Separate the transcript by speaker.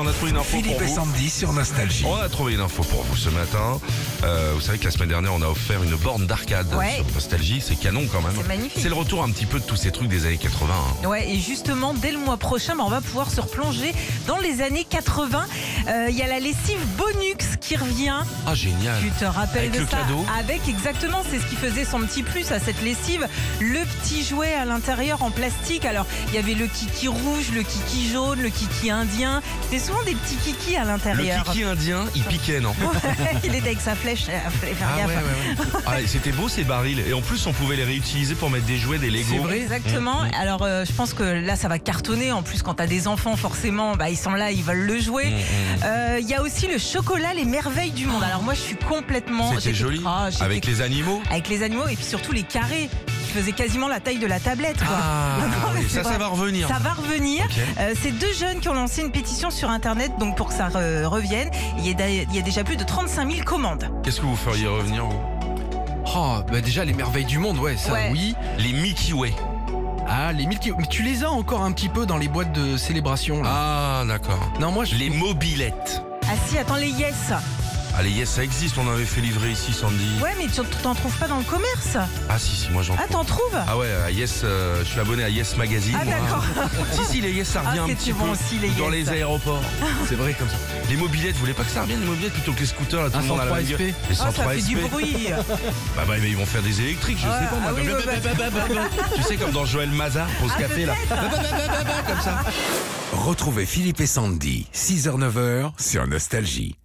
Speaker 1: On a trouvé une info pour
Speaker 2: Philippe et
Speaker 1: vous.
Speaker 2: Sandy sur Nostalgie.
Speaker 1: On a trouvé une info pour vous ce matin. Euh, vous savez que la semaine dernière, on a offert une borne d'arcade
Speaker 3: Ouais.
Speaker 1: sur Nostalgie. C'est canon quand même.
Speaker 3: C'est magnifique.
Speaker 1: C'est le retour un petit peu de tous ces trucs des années 80. hein.
Speaker 3: Ouais, et justement, dès le mois prochain, bah, on va pouvoir se replonger dans les années 80. Euh, Il y a la lessive Bonux qui revient.
Speaker 1: Ah, génial.
Speaker 3: Tu te rappelles
Speaker 1: Avec
Speaker 3: de
Speaker 1: le
Speaker 3: ça
Speaker 1: cadeau.
Speaker 3: Avec exactement, c'est ce qui faisait son petit plus à cette lessive. Le petit jouet à l'intérieur en plastique. Alors, il y avait le kiki rouge, le kiki jaune, le kiki indien. C'est souvent des petits kikis à
Speaker 1: Le
Speaker 3: l'intérieur.
Speaker 1: kiki indien, il piquait, non
Speaker 3: Ouais, il était avec sa flèche. euh, fallait faire
Speaker 1: Ah, ouais,
Speaker 3: gaffe.
Speaker 1: ouais, ouais. Ah, C'était beau ces barils. Et en plus, on pouvait les réutiliser pour mettre des jouets, des Lego.
Speaker 2: C'est vrai.
Speaker 1: Mm,
Speaker 3: Exactement. Alors, euh, je pense que là, ça va cartonner. En plus, quand t'as des enfants, forcément, bah, ils sont là, ils veulent le jouer.
Speaker 1: Mm, mm.
Speaker 3: Euh, Il y a aussi le chocolat, les merveilles du monde. Alors moi, je suis complètement.
Speaker 1: C'était
Speaker 3: j'étais-
Speaker 1: joli.
Speaker 3: Ah, j'étais-
Speaker 1: Avec les animaux.
Speaker 3: avec les animaux et puis surtout les carrés qui faisaient quasiment la taille de la tablette. Quoi.
Speaker 1: Ah,
Speaker 3: Non, mais
Speaker 1: oui,
Speaker 3: c'est
Speaker 1: ça, ça
Speaker 3: vrai.
Speaker 1: va revenir.
Speaker 3: Ça va revenir.
Speaker 1: Ok.
Speaker 3: Euh, c'est deux jeunes qui ont lancé une pétition sur Internet donc pour que ça re- revienne. Il y, a, d'a- il y a déjà plus de 35 000 commandes.
Speaker 1: Qu'est-ce que vous feriez revenir, vous
Speaker 2: Oh, bah déjà les merveilles du monde, ouais, ça
Speaker 3: Ouais.
Speaker 2: oui.
Speaker 1: Les Mickey Way.
Speaker 2: Ah, les Milky Mais tu les as encore un petit peu dans les boîtes de célébration là.
Speaker 1: Ah, d'accord.
Speaker 2: Non, moi je
Speaker 1: Les mobilettes.
Speaker 3: Ah si, attends, les yes.
Speaker 1: Allez, yes, ça existe, on avait fait livrer ici, Sandy.
Speaker 3: Ouais, mais tu t'en trouves pas dans le commerce.
Speaker 1: Ah si, si, moi j'en
Speaker 3: Ah, t'en trouves
Speaker 1: Ah ouais, à yes, euh, je suis abonné à Yes Magazine.
Speaker 3: Ah,
Speaker 1: moi.
Speaker 3: d'accord.
Speaker 1: si, si, les yes, ça
Speaker 3: Ah,
Speaker 1: revient un
Speaker 3: c'est
Speaker 1: petit
Speaker 3: bon
Speaker 1: peu
Speaker 3: aussi, les
Speaker 1: dans les
Speaker 3: Yes.
Speaker 1: aéroports.
Speaker 2: C'est vrai comme ça.
Speaker 1: Les mobilettes, vous voulez pas que ça revienne, les mobilettes, plutôt que les scooters, là, tout
Speaker 2: Un
Speaker 1: le monde a la
Speaker 2: 103
Speaker 1: même gueule.
Speaker 2: SP.
Speaker 1: Les
Speaker 3: Ah, ça
Speaker 1: 103
Speaker 3: fait
Speaker 1: SP.
Speaker 3: du bruit.
Speaker 1: Bah, bah, mais ils vont faire des électriques, je
Speaker 3: Ouais,
Speaker 1: sais pas, moi.
Speaker 3: ah oui, ouais,
Speaker 1: tu sais, comme dans Joël Mazar, pause
Speaker 3: Ah,
Speaker 1: café, là. Comme ça.
Speaker 4: Retrouvez Philippe et Sandy, 6h-9h sur Nostalgie.